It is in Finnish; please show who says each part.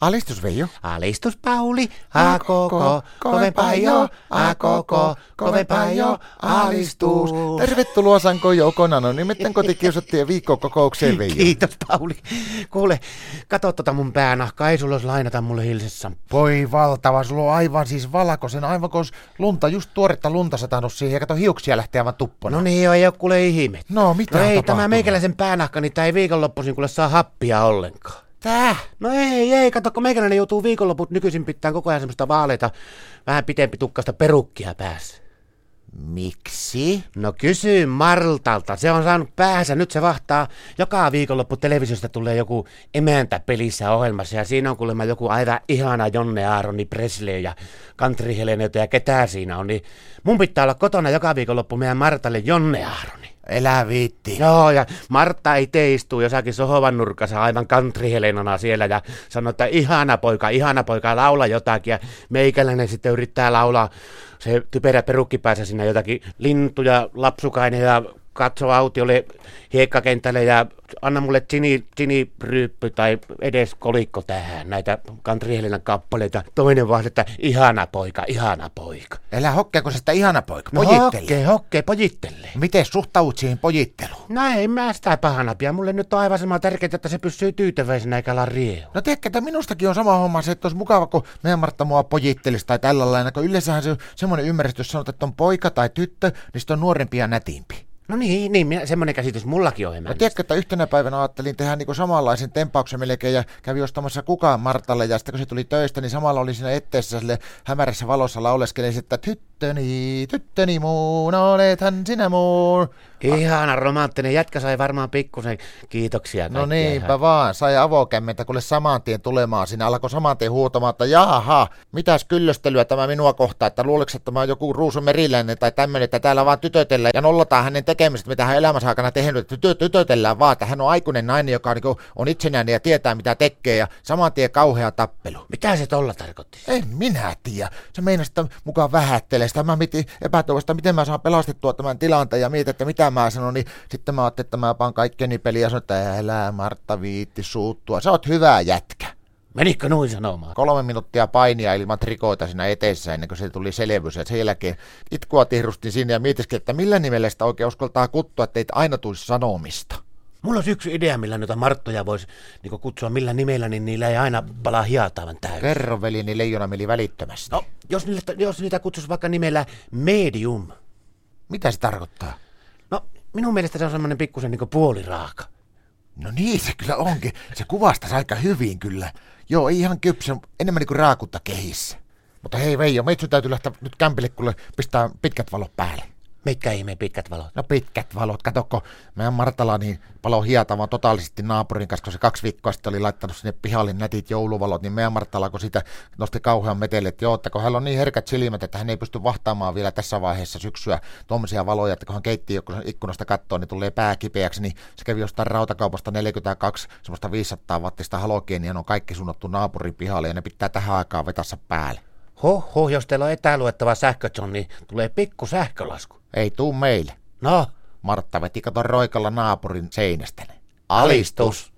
Speaker 1: Alistus Veijo.
Speaker 2: Alistus Pauli, a koko, kovempaa jo, a koko, kovempaa jo, alistus.
Speaker 1: Tervetuloa Sanko Joukona, no nimittäin kotikiusattiin viikkokokoukseen Veijo.
Speaker 2: Kiitos Pauli. Kuule, kato tota mun päänahkaa, ei sulla olisi lainata mulle hilsessä.
Speaker 1: Voi valtava, sulla on aivan siis valkoisen, aivan kun olisi lunta, just tuoretta lunta satanut siihen ja kato hiuksia lähtee aivan tuppona.
Speaker 2: No niin, joo, ei ole kuule ihme.
Speaker 1: no mitä
Speaker 2: No
Speaker 1: on
Speaker 2: ei tämä
Speaker 1: tapahtunut?
Speaker 2: meikäläisen päänahka, niin tää ei viikonloppuisin kuule saa happia ollenkaan.
Speaker 1: Täh?
Speaker 2: No ei, ei, kato, kun meikäläinen joutuu viikonloput nykyisin pitää koko ajan semmoista vaaleita, vähän pitempi tukkasta perukkia päässä.
Speaker 1: Miksi?
Speaker 2: No kysy Martalta, se on saanut päähänsä, nyt se vahtaa. Joka viikonloppu televisiosta tulee joku emäntä pelissä ohjelmassa ja siinä on kuulemma joku aivan ihana Jonne Aaroni Presley ja Country Helenöitä ja ketä siinä on. Niin mun pitää olla kotona joka viikonloppu meidän Martalle Jonne Aaroni.
Speaker 1: Elä viitti.
Speaker 2: Joo, ja Martta itse istuu jossakin sohovan nurkassa aivan kantrihelenona siellä ja sanoo, että ihana poika, ihana poika, laula jotakin. Ja meikäläinen sitten yrittää laulaa se typerä perukki päässä sinne jotakin lintuja, lapsukainen ja katso autiolle hiekkakentälle ja anna mulle chini, chini ryyppy tai edes kolikko tähän näitä kantrihelinan kappaleita. Toinen vaan, että ihana poika, ihana poika.
Speaker 1: Elä hokkeako se sitä ihana poika,
Speaker 2: No
Speaker 1: pojitteli.
Speaker 2: hokkee, hokkee, pojittelee.
Speaker 1: Miten suhtaudut siihen pojitteluun?
Speaker 2: No ei mä sitä pahana pidä. Mulle nyt on aivan sama tärkeää, että se pysyy tyytyväisenä eikä olla rieu.
Speaker 1: No tiedätkö, että minustakin on sama homma se, että olisi mukava, kun meidän Martta mua pojittelisi tai tällä lailla, kun yleensähän se on semmoinen ymmärrys, että jos sanotaan, että on poika tai tyttö, niin sitten on nuorempi ja nätimpi.
Speaker 2: No niin, niin minä, semmonen käsitys mullakin on
Speaker 1: No
Speaker 2: emäntä.
Speaker 1: tiedätkö, että yhtenä päivänä ajattelin tehdä niin samanlaisen tempauksen melkein ja kävi ostamassa kukaan Martalle ja sitten kun se tuli töistä, niin samalla oli siinä etteessä sille hämärässä valossa lauleskelin, että tyttöni, tyttöni muun, olethan sinä muun.
Speaker 2: Ihana romanttinen jätkä sai varmaan pikkusen kiitoksia.
Speaker 1: No
Speaker 2: kaikkia.
Speaker 1: niinpä vaan, sai avokämmentä kuule saman tien tulemaan. Siinä alkoi saman tien huutamaan, että jaha, mitäs kyllöstelyä tämä minua kohtaa, että luuleeko, että tämä on joku Ruusu Meriläinen tai tämmöinen, että täällä vaan tytötellään ja nollataan hänen tekemiset, mitä hän elämänsä aikana tehnyt, että tytö, tytötellään vaan, että hän on aikuinen nainen, joka on, niin on itsenäinen ja tietää, mitä tekee ja saman tien kauhea tappelu.
Speaker 2: Mitä se tolla tarkoitti?
Speaker 1: En minä tiedä. Se meinasi, että mukaan vähättelee sitä. Mä mietin epätoivosta, miten mä saan pelastettua tämän tilanteen ja mietin, että mitä mä sanon. Niin sitten mä ajattelin, että mä paan kaikkeni peliä ja sanoin, että älä Martta viitti suuttua. Sä oot hyvä jätkä.
Speaker 2: Menikö noin sanomaan?
Speaker 1: Kolme minuuttia painia ilman trikoita siinä eteessä ennen kuin se tuli selvyys. Ja sen jälkeen itkua tihrustin sinne ja mietiskin, että millä nimellä sitä oikein uskaltaa kuttua, että teitä aina tulisi sanomista.
Speaker 2: Mulla olisi yksi idea, millä noita Marttoja voisi niin kutsua millä nimellä, niin niillä ei aina palaa hiataavan täysin.
Speaker 1: Kerro veli, niin leijona meli välittömästi.
Speaker 2: No, jos, niitä, jos niitä kutsuisi vaikka nimellä Medium.
Speaker 1: Mitä se tarkoittaa?
Speaker 2: No, minun mielestä se on semmoinen pikkusen niin puoliraaka.
Speaker 1: No niin, se kyllä onkin. Se kuvastaa aika hyvin kyllä. Joo, ei ihan kypsä, enemmän niin kuin raakutta kehissä. Mutta hei Veijo, meitä sun täytyy lähteä nyt kämpille, kun pistää pitkät valot päälle.
Speaker 2: Mitkä ihmeen pitkät valot?
Speaker 1: No pitkät valot, katokko, meidän Martala niin palo hiata vaan totaalisesti naapurin kanssa, kun se kaksi viikkoa sitten oli laittanut sinne pihalle nätit jouluvalot, niin meidän Martala, kun sitä nosti kauhean metelle, että joo, että kun hänellä on niin herkät silmät, että hän ei pysty vahtaamaan vielä tässä vaiheessa syksyä tuommoisia valoja, että kun hän keittiö ikkunasta kattoo, niin tulee pää kipeäksi, niin se kävi jostain rautakaupasta 42 semmoista 500 wattista halogeenia, ne on kaikki suunnattu naapurin pihalle ja ne pitää tähän aikaan vetässä päälle.
Speaker 2: Hoho, jos teillä on etäluettava sähkötson, niin tulee pikku sähkölasku.
Speaker 1: Ei tuu meille.
Speaker 2: No,
Speaker 1: Martta veti katon roikalla naapurin seinästä. ne.
Speaker 2: Alistus.